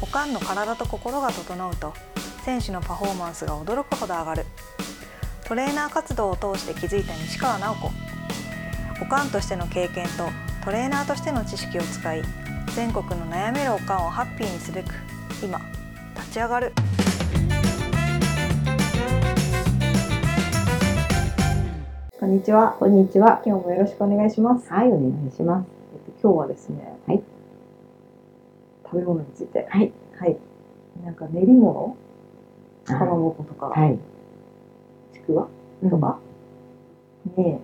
おかんの体と心が整うと選手のパフォーマンスが驚くほど上がるトレーナー活動を通して気づいた西川直子おかんとしての経験とトレーナーとしての知識を使い全国の悩めるおかんをハッピーにすべく今立ち上がるこんにちはこんにちは。今日もよろしくお願いしますはい、お願いします。今日はですね、はい食べ物についてはい、はいなんか練り物かまはぼことか、い。ちくわととかに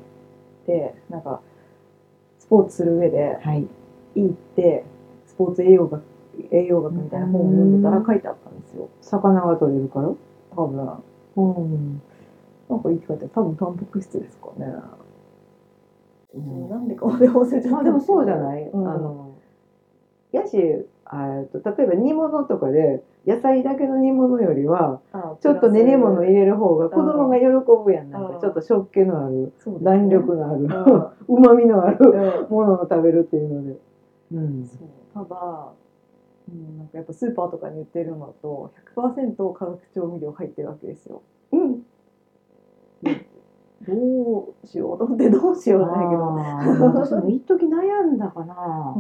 でなんかスポーツする上ではい。いいってスポーツ栄養学栄養学みたいな本を読んでたらうん書いてあったんですよ魚が取れるから。多分なんかうん。いいって書いてある多分タンパク質ですかね、まなんでかまで忘れちゃったあ、でもそうじゃない。うんあの。やし、あえっと、例えば煮物とかで、野菜だけの煮物よりは。あちょっと練り物入れる方が、ん子供が喜ぶやん。なんうんか、ちょっと食気のある、そうですね弾力のあうる、 んうまみのある うんものを食べるっていうので。うんそうただ、うん、なんかやっぱスーパーとかに売ってるのだと100%化学調味料入ってるわけですようん。どうしようと思ってどうしようじゃないけど、あー私も一時悩んだか な。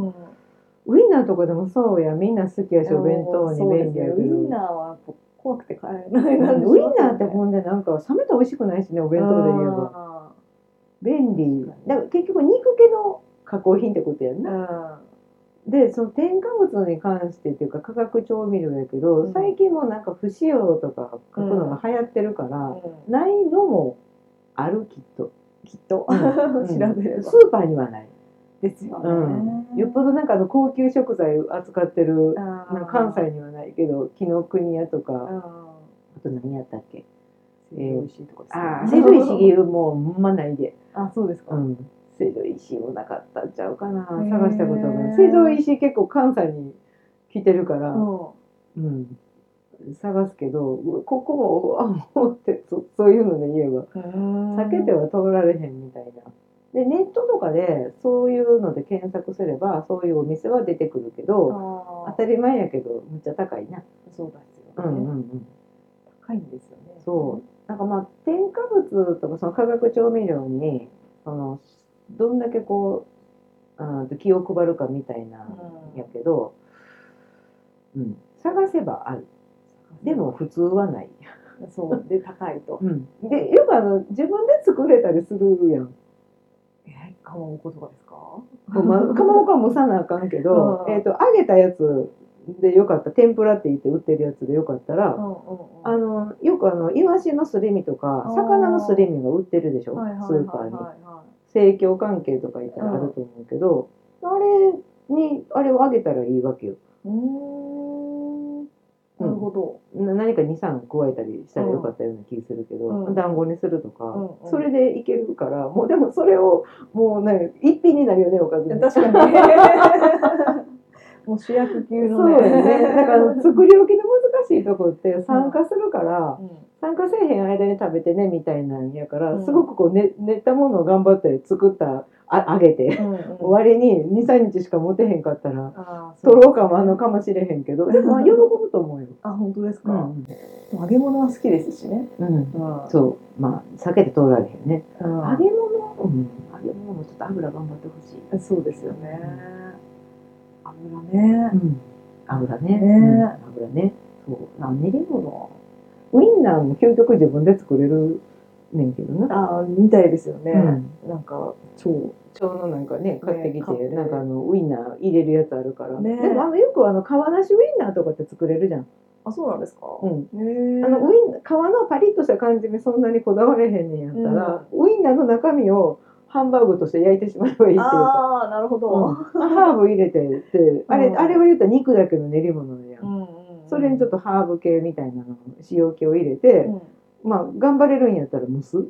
ウインナーとかでもそうやみんな好きやしお弁当に便利やけそうでどすねウインナーはやっぱ怖くて買えないなうんウインナーってほんでなんか冷めたら美味しくないしねお弁当で言えばば便利だから結局肉系の加工品ってことやんうんな、でその添加物に関してっていうか化学調味料やけど、うん最近もなんか不使用とか書くのが流行ってるから、うないのもあるきっと、んきっと うん調べればスーパーにはないですよね、うんよっぽどなんかあの高級食材扱ってるあーなんか関西にはないけど紀ノ国屋とか、うあんと何やったっけ成城石井とかですよねああ、セルイシギもうほんまないで。あそうですか、ん。セルイシもなかったんちゃうかな。ー探したことない。セルイシ結構関西に来てるから、うんうん。探すけど、うここも、あ、もうって、そそういうので言えば、避けては通られへんみたいな。で、ネットとかで、そういうので検索すれば、そういうお店は出てくるけど、あ当あたり前やけど、むっちゃ高いな。そうですうよね、んうんうん。高いんですよねそう。なんかまあ添加物とかその化学調味料にそのどんだけこうあー気を配るかみたいなうんんやけど、うん、探せばある。でも普通はない。そうで高いとうん、でよくあの自分で作れたりするやん。 えーかまぼことかですか まあ、かまぼこは蒸さなあかんけどう、んえっと揚げたやつでよかった天ぷらって言って売ってるやつでよかったら、んあのよくあのイワシのすり身とか魚のすり身が売ってるでしょ、スーパーに。政教関係とか言ったらあると思うけど、あれにあれをあげたらいいわけようーんなるほど、な何か23加えたりしたらよかったような気するけど、うん団子にするとか、うんうんそれでいけるからもうでもそれをもうね一品になるよねおかずに確かに もう主役級そのうねよ ねだから作り置きの難しいとこって参加するから、うん参加せえへん間に食べてねみたいなんやから、うんすごくこうね練ったものを頑張って作ったああげて、うんうん終わりに23日しか持てへんかったらあーそう取ろうかもあんのかもしれへんけど、でも喜ぶと思うよ。あ本当ですか、うん、揚げ物は好きですしね、うん、うんそう、まあ、避けて通られへんね。うん揚げ物、うん、揚げ物もちょっと油頑張ってほしい。そうですよね油ねうん、油ねね。うん油ね。そう、な、練り物。ウインナーも究極自分で作れる。ねんけどな。あーみたいですよね、うんなんか超ちょうどなんかね、買ってきて、買ってなんかあのウインナー入れるやつあるから。ねでもあのよくあの皮なしウインナーとかって作れるじゃん。あそうなんですか、うん。へえあのウイン皮のパリッとした感じにそんなにこだわれへんねんやったら、ウインナーの中身をハンバーグとして焼いてしまえばいいっていうか、ああなるほど、うんハーブ入れてってあれ,、うんあれは言ったら肉だけの練り物やん、んそれにちょっと、とハーブ系みたいなの塩気を入れて、まあ頑張れるんやったら蒸す、うん、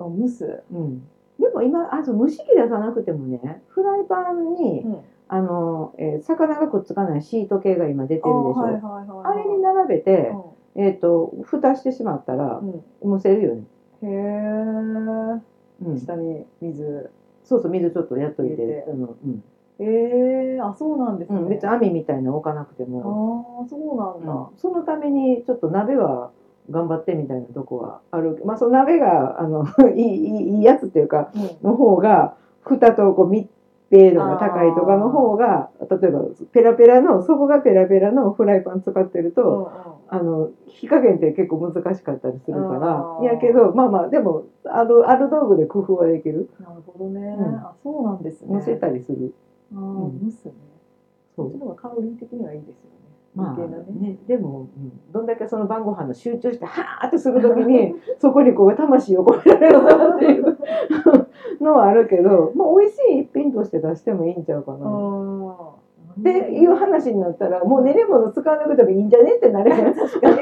あ蒸す、うん、でも今あと蒸し器出さなくてもねフライパンに、ん、ああの、えー魚がくっつかないシート系が今出てるでしーょ、はいはいはいはいあれに並べて、うえっ、と蓋してしまったらん蒸せるよね、うん、へうえん下に水そうそう、水ちょっとやっといて、入れてあのうん、ええあ、そうなんですうね。ん、別に網みたいなの置かなくてああも、、そうなんだ。うんそのためにちょっと鍋は頑張ってみたいなとこはあるまあその鍋があの いいいいいいやつっていうかうんの方が蓋とこう密閉度が高いとかの方が例えばペラペラの底がペラペラのフライパン使ってると、うんうんあの火加減って結構難しかったりするかあーらいやけどまあまあでもあるある道具で工夫はできるなるほどね。んあ、そうなんですね。乗せたりする、ああ、ん蒸すね。そこっうちの方が香り的にはいいですよね。まあ余計なねねでも、うん、どんだけその晩ご飯の集中してはーってする時にそこにこう魂を込められるなっていうのはあるけど、まあ、美味しい一品として出してもいいんちゃうかあな。あ。っていう話になったらもう練り物使わなくてもいいんじゃねってなれへん確かに。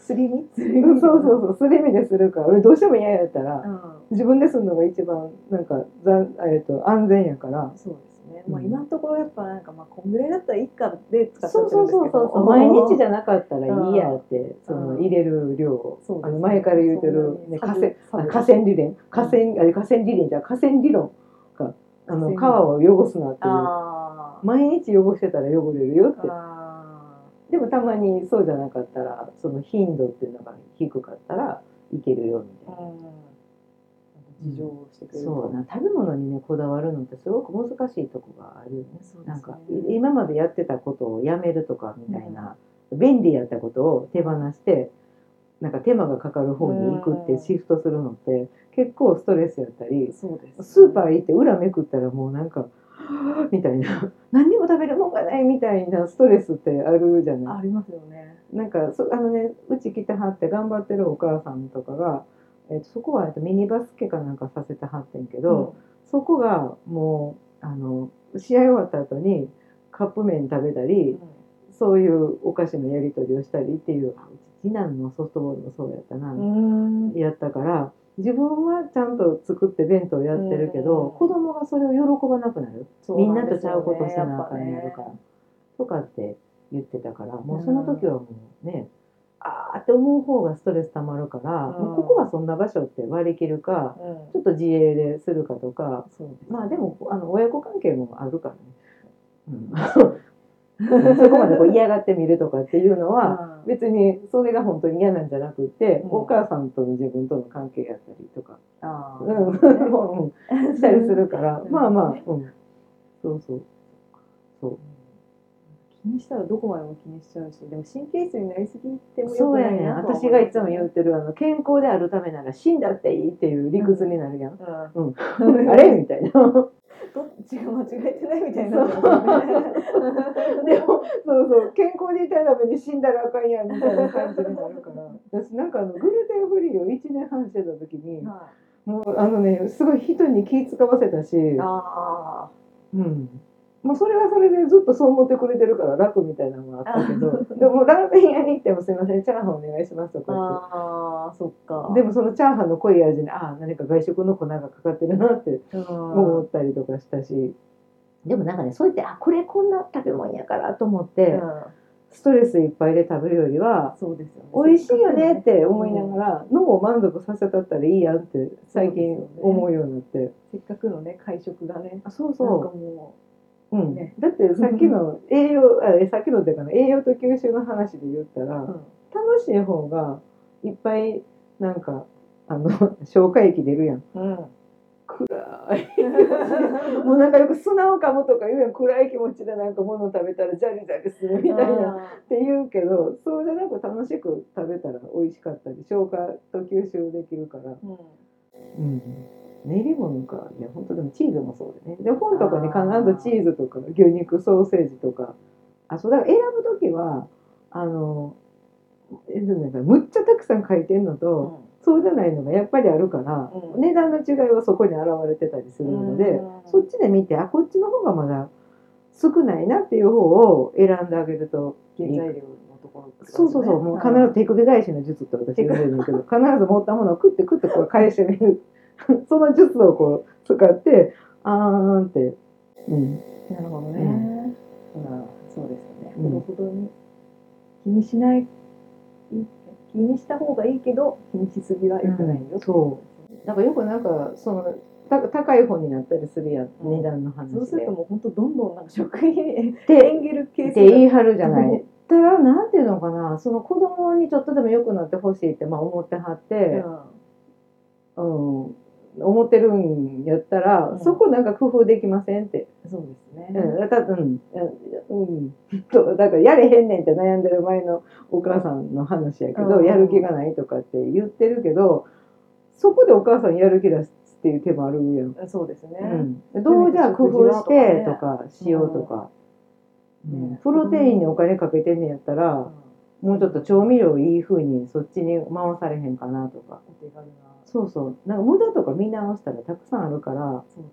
すり身すりそう身そうそうすり身でするから俺どうしても嫌やったら。うん。自分でするのが一番なんかざんえっと安全やから。そうですね。まあ今のところやっぱなんかまあこんぐらいだったらいいかで使ってそるんうですけどそうそうそう。毎日じゃゃなかったらいいやって、そうんの入れる量をそうですあねの前から言うてる、ね、そ河うです川ねあ河川理念、河川あれ河川理念じゃ河川理論か、あの河川理論川を汚すなっていう。ああ。毎日汚してたら汚れるよって。あでもたまにそうじゃなかったら、その頻度っていうのが低かったらいけるよみたいあ。な。うん。事情をしてくれると。そうな食べ物にねこだわるのってすごく難しいとこがあるよね。そうですねなんかい今までやってたことをやめるとかみたいな、便利やったことを手放してなんか手間がかかる方に行くっうんてシフトするのって結構ストレスやったりそうですね。スーパー行って裏めくったらもうなんかみたいな何にも食べるもんがないみたいなストレスってあるじゃないありますよね。なんかそあのねうち来てはって頑張ってるお母さんとかが、えっとそこはえっとミニバスケかなんかさせてはってんけど。そこがもうあの試合終わった後にカップ麺食べたうん。りうんそういうお菓子のやり取りをしたりっていうあうち次男のソフトボールもそうやったな、うんやったから自分はちゃんと作って弁当やってるけど、うん子供がそれを喜ばなくなるみんなとちゃうことしなあかんややるっかぱら、ねとかって言ってたからもうその時はもうね、あーって思う方がストレスたまるから、うんもうここはそんな場所って割り切るかうんちょっと自営でするかとかそうですねまあでもあの親子関係もあるからね、 うん、そこまでこう嫌がってみるとかっていうのはうん別にそれが本当に嫌なんじゃなくて、うんお母さんとの自分との関係やったりとか、あうーん うんしたりするからうんまあまあ、うん、そうそうそう気にしたらどこまでも気にしちゃうし、でも神経質になりすぎても良そうくやないねんなとは思私がいつも言ってるあの健康であるためなら死んだっていいっていう理屈になるやん、うん。うん、 あれみ たいな。どっちが間違えてないみたいに なっちゃうでもそうそう健康でいたいために死んだらあかんやんみたいな感じになるから私なんかあのグルテンフリーを1年半してた時ね。にはもうあのねすごい人に気使わせたし、いあうん、もうそれはそれでずっとそう思ってくれてるから楽みたいなのはあったけどでもラーメン屋に行っても「すいませんチャーハンお願いします」とあ。か言って。ああ、そっか。でもそのチャーハンの濃い味にああ何か外食の粉がかかってるなっても思ったりとかしたしでもなんかねそうやってあこれこんな食べ物やからと思って、うん、ストレスいっぱいで食べるよりはそうですよね。美味しいよねって思いながら脳を満足させたったらいいやんって最近思うようになってせっかくのね、会食がね。あそうなんかそもう、うんねだってさっきの栄養あえさっきのっていうかな栄養と吸収の話で言ったらう、楽しい方がいっぱいなんかあの 消化液出るやんうん。うん。暗いもうなんかよく砂をかむとか言うやん暗い気持ちでなんか物食べたらジャリジャリす るみたいなって言うけどそうじゃなく楽しく食べたら美味しかったり消化と吸収できるから、うん。うん、練り物かいや本当でもチーズもそうだねで本とかに必ずチーズとか牛肉ソーセージとかあそうだから選ぶ時はあのえなんだろうむっちゃたくさん書いてんのと、そうじゃないのがやっぱりあるから、うん値段の違いはそこに現れてたりするので、うんそっちで見てあこっちの方がまだ少ないなっていう方を選んであげるとい原いか材な料のところってそことね、うそうそう、もう必ず手首返しの術って私言うんだけど、必ず持ったものを食って食ってこう返してみる。 その術をこう使って、あーんって。うん。なるほどね、うまあそうですよね、うんほどほどに気にしない気にした方がいいけど気にしすぎは良くないよ、そう。なんかよくなんか、その、た高い方になったりするやん、うん値段の話で。そうするともう本当どんどんなんか職員でエンゲル系って言い張るじゃなうい。ただ、なんていうのかな、その子供にちょっとでも良くなってほしいって、まあ思ってはって、うん、思ってるんやったら、うんそこなんか工夫できませんって。そうですね、うん、たうん、うん、 と、だからやれへんねんって悩んでる前のお母さんの話やけど、うんやる気がないとかって言ってるけど、そこでお母さんやる気出すっていう手もあるやん。そうですね、うん、どうじゃあ工夫してとかしようとか、うんうんプロテインにお金かけてんねやったら、もうちょっと調味料いい風にそっちに回されへんかなとかお手軽なそうそうなんか無駄とか見直したらたくさんあるから、そうで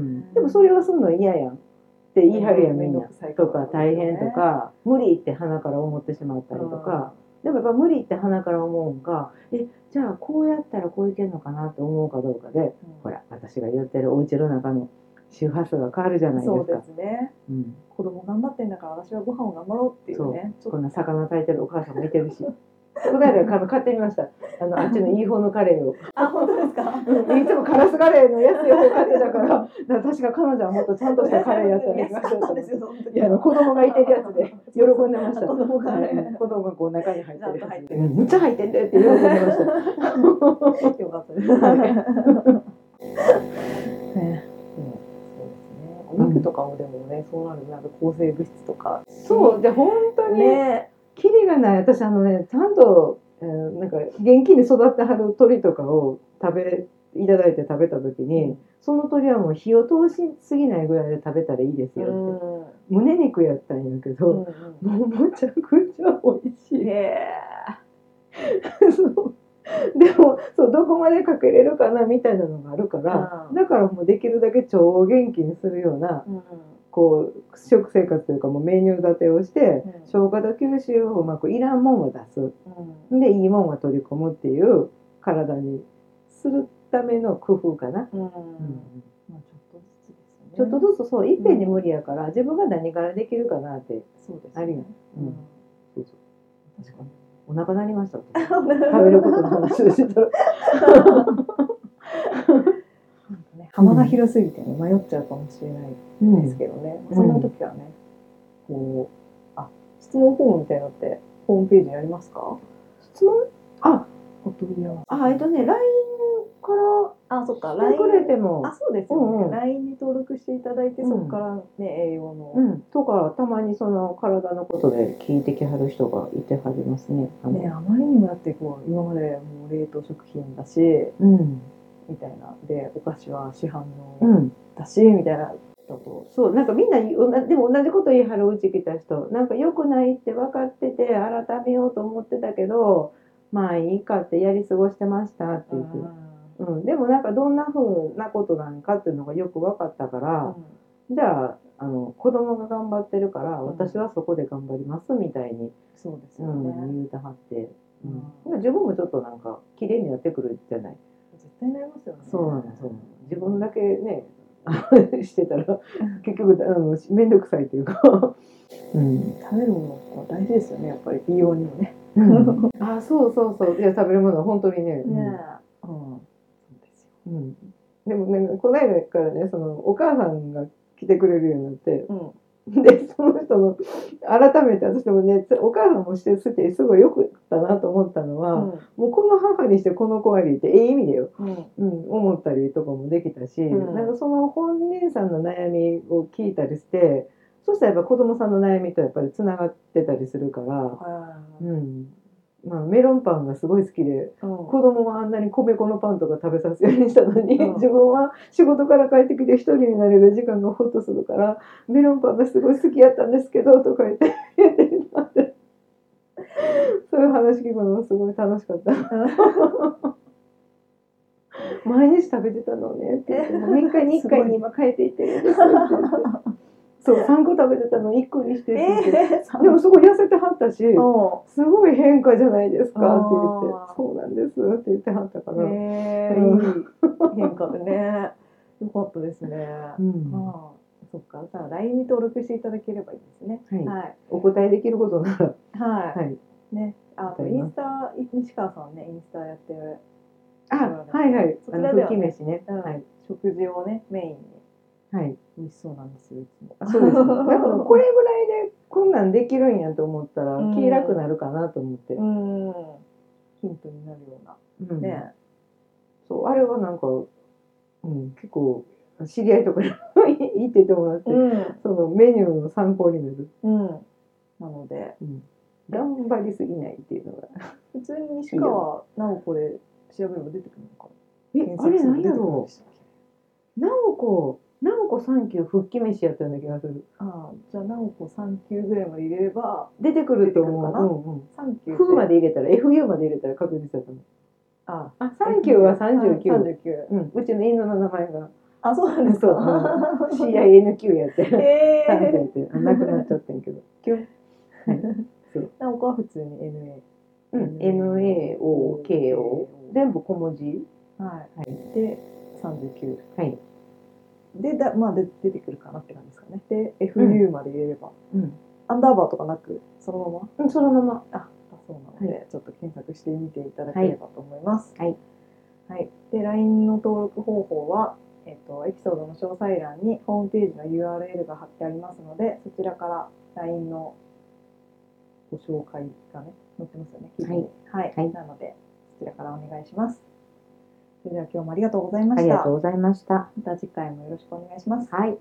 すね、でもそれはすんの嫌やんって言い張るやんみんなうんめんどとくさかいから大変とか無理って鼻から思ってしまったりとか、でもやっぱ無理って鼻から思うんがえじゃあこうやったらこういけるのかなって思うかどうかでうんほら私が言ってるお家の中の周波数が変わるじゃないですそうかで。すねうん子供頑張ってんだから私はご飯を頑張ろうっていうねちょっことんな魚炊いてるお母さんもいてるし。こないだあの買ってみました。あのあっちのいい方のカレ ーを。あ本当ですかうんいつもカラスカレーの安い方買ってたから、だから確か彼女はもっとちゃんとしたカレーやったらいい安まかしょうったんと思でっすて。よ本当いにやあの子供がいてるやつで喜んでました。子供がねはい子供がこう中に入っちてゃんと入ってる。るうんめっちゃ入ってるって喜んでま した。よかったです。ね。お肉とかもでもね、そうなるとなんか抗生物質とか。そうで本当に、ね。キリがない私あのねちゃんと、えーなんか元気に育ってはる鳥とかを食べいただいて食べた時に、うんその鳥はもう火を通しすぎないぐらいで食べたらいいですうよって、ん。胸肉やったんやけど、もうむちゃくちゃ美味しい、ね。 そうでもそうどこまでかけれるかなみたいなのがあるから、だからもうできるだけ超元気にするようなうん。こう食生活というかもうメニュー立てをして、うん消化と吸収をうまくいらんもんを出す。うん。でいいもんは取り込むっていう体にするための工夫かな、うん。まあちょっとずつですね。ちょっとずつそういっぺんに無理やから、自分が何からできるかなってそうです。あるよ。うん。確かにお腹なりました食食べることの話をしてたら 幅が広すぎてね迷っちゃうかもしれない。うんですけどね、うんそんな時はね、こう、あ、質問フォームみたいなのって、ホームページにありますか質問あお問い合わせ。あえっとね LINE かあ、そっか、らしてくれ LINE てもあ、そうですうんうよんね。LINE に登録していただいて、うんそこからね、栄養の。うん、とかたまにその体のことで聞いてきはる人がいてはりますね。あのね、あまりにもだってこう今までもう冷凍食品だしうん、みたいなでお菓子は市販うのん、だし、みたいなだとそう、なんかみんな言う、同じでも同じこと言い張るうち来た人、なんか良くないって分かってて、改めようと思ってたけど、まあいいかってやり過ごしてましたって言って。うん、でもなんかどんな風なことなんかっていうのがよく分かったから、じゃあ、あの、子供が頑張ってるから、ん私はそこで頑張りますみたいに、そうですうよん、ね、言うてはって。ううんん、でも自分もちょっとなんか綺麗になってくるじゃない絶対なりますよねそうなのそうなの自分だけね してたら結局あの面倒くさいというか、 うん食べるものって大事ですよねやっぱり美容にもねあそうそうそういや食べるものは本当にねねうんうんそうですようん、でもねこの間からねそのお母さんが来てくれるようになってうんでその人の改めて私でもねお母さんもして捨ててすごいよくったなと思ったのは、もうこの母にしてこの子ありってええ意味だようんうん、思ったりとかもできたし、うんなんかその本人さんの悩みを聞いたりしてそしたらやっぱ子供さんの悩みとやっぱりつながってたりするから、うんまあ、メロンパンがすごい好きでうん子供はあんなに米粉のパンとか食べさせるようにしたのに、うん自分は仕事から帰ってきて一人になれる時間がホッとするからメロンパンがすごい好きやったんですけどとか言って 言ってたんでそういう話聞くのもすごい楽し かった。毎日食べてたのねって言って、もう3日に1回に今変えていってる んですって言ってそう、3個食べてたの1個にしてって言ってえーでもそこ痩せてはったし、そすごい変化じゃないですかって言ってあー、そうなんですって言ってはったかうら。ねえうんいい変化でねよかったですね、うんまあそっかじゃあ LINE に登録していただければいいですねはいはいお答えできることなら、はい、はい、ねあわかのりイますンスタ西川さんねインスタやってるあ、はいはい。そちあらの、では吹き飯ね。うんはい。食事をね、メインに。はい。美味しそうなんですよ、いつも。そうです。 なんかこれぐらいでこんなんできるんやと思ったらうん、気楽なるかなと思って。うん。ヒントになるような。うんね。そう、あれはなんか、うん、結構、知り合いとかに言っててもらって、ん。そのメニューの参考になる。うん。なので、うん頑張りすぎないっていうのが。普通に西川直子で調べれば出てくるのかえな。あれなんやろうう。なおこ、なおこ3級復帰飯やったような気がする。ああ、じゃあ直子3級ぐらいまで入れれば、出てくると出てくるか思う。 3う級んうん。風まで入れたら、FU まで入れたら確実だと思う。ああ、3級は三39。十九。うん、うちの犬の名前 があ、そうなんですそうか。 CINQ やって、3ええ級やって、あなくなっちゃってん けど。なおかは普通に NA。うん、NAOKO。全部小文字。はい。はで、39。はい。で、だまあ、で出てくるかなって感じですかね。で、FU まで入れれば、うん。アンダーバーとかなく、そのままうん、そのまま。あ、そうなので、はちょっと検索してみていただければと思います。はい。はい。で、LINE の登録方法は、えっ、と、エピソードの詳細欄にホームページの URL が貼ってありますので、そちらから LINE のご紹介がね、載ってますよね、記事に。はい。はいなので、そちらからお願いします。それでは今日もありがとうございまあしりがたとう。ございました。また次回もよろしくお願いします。はい。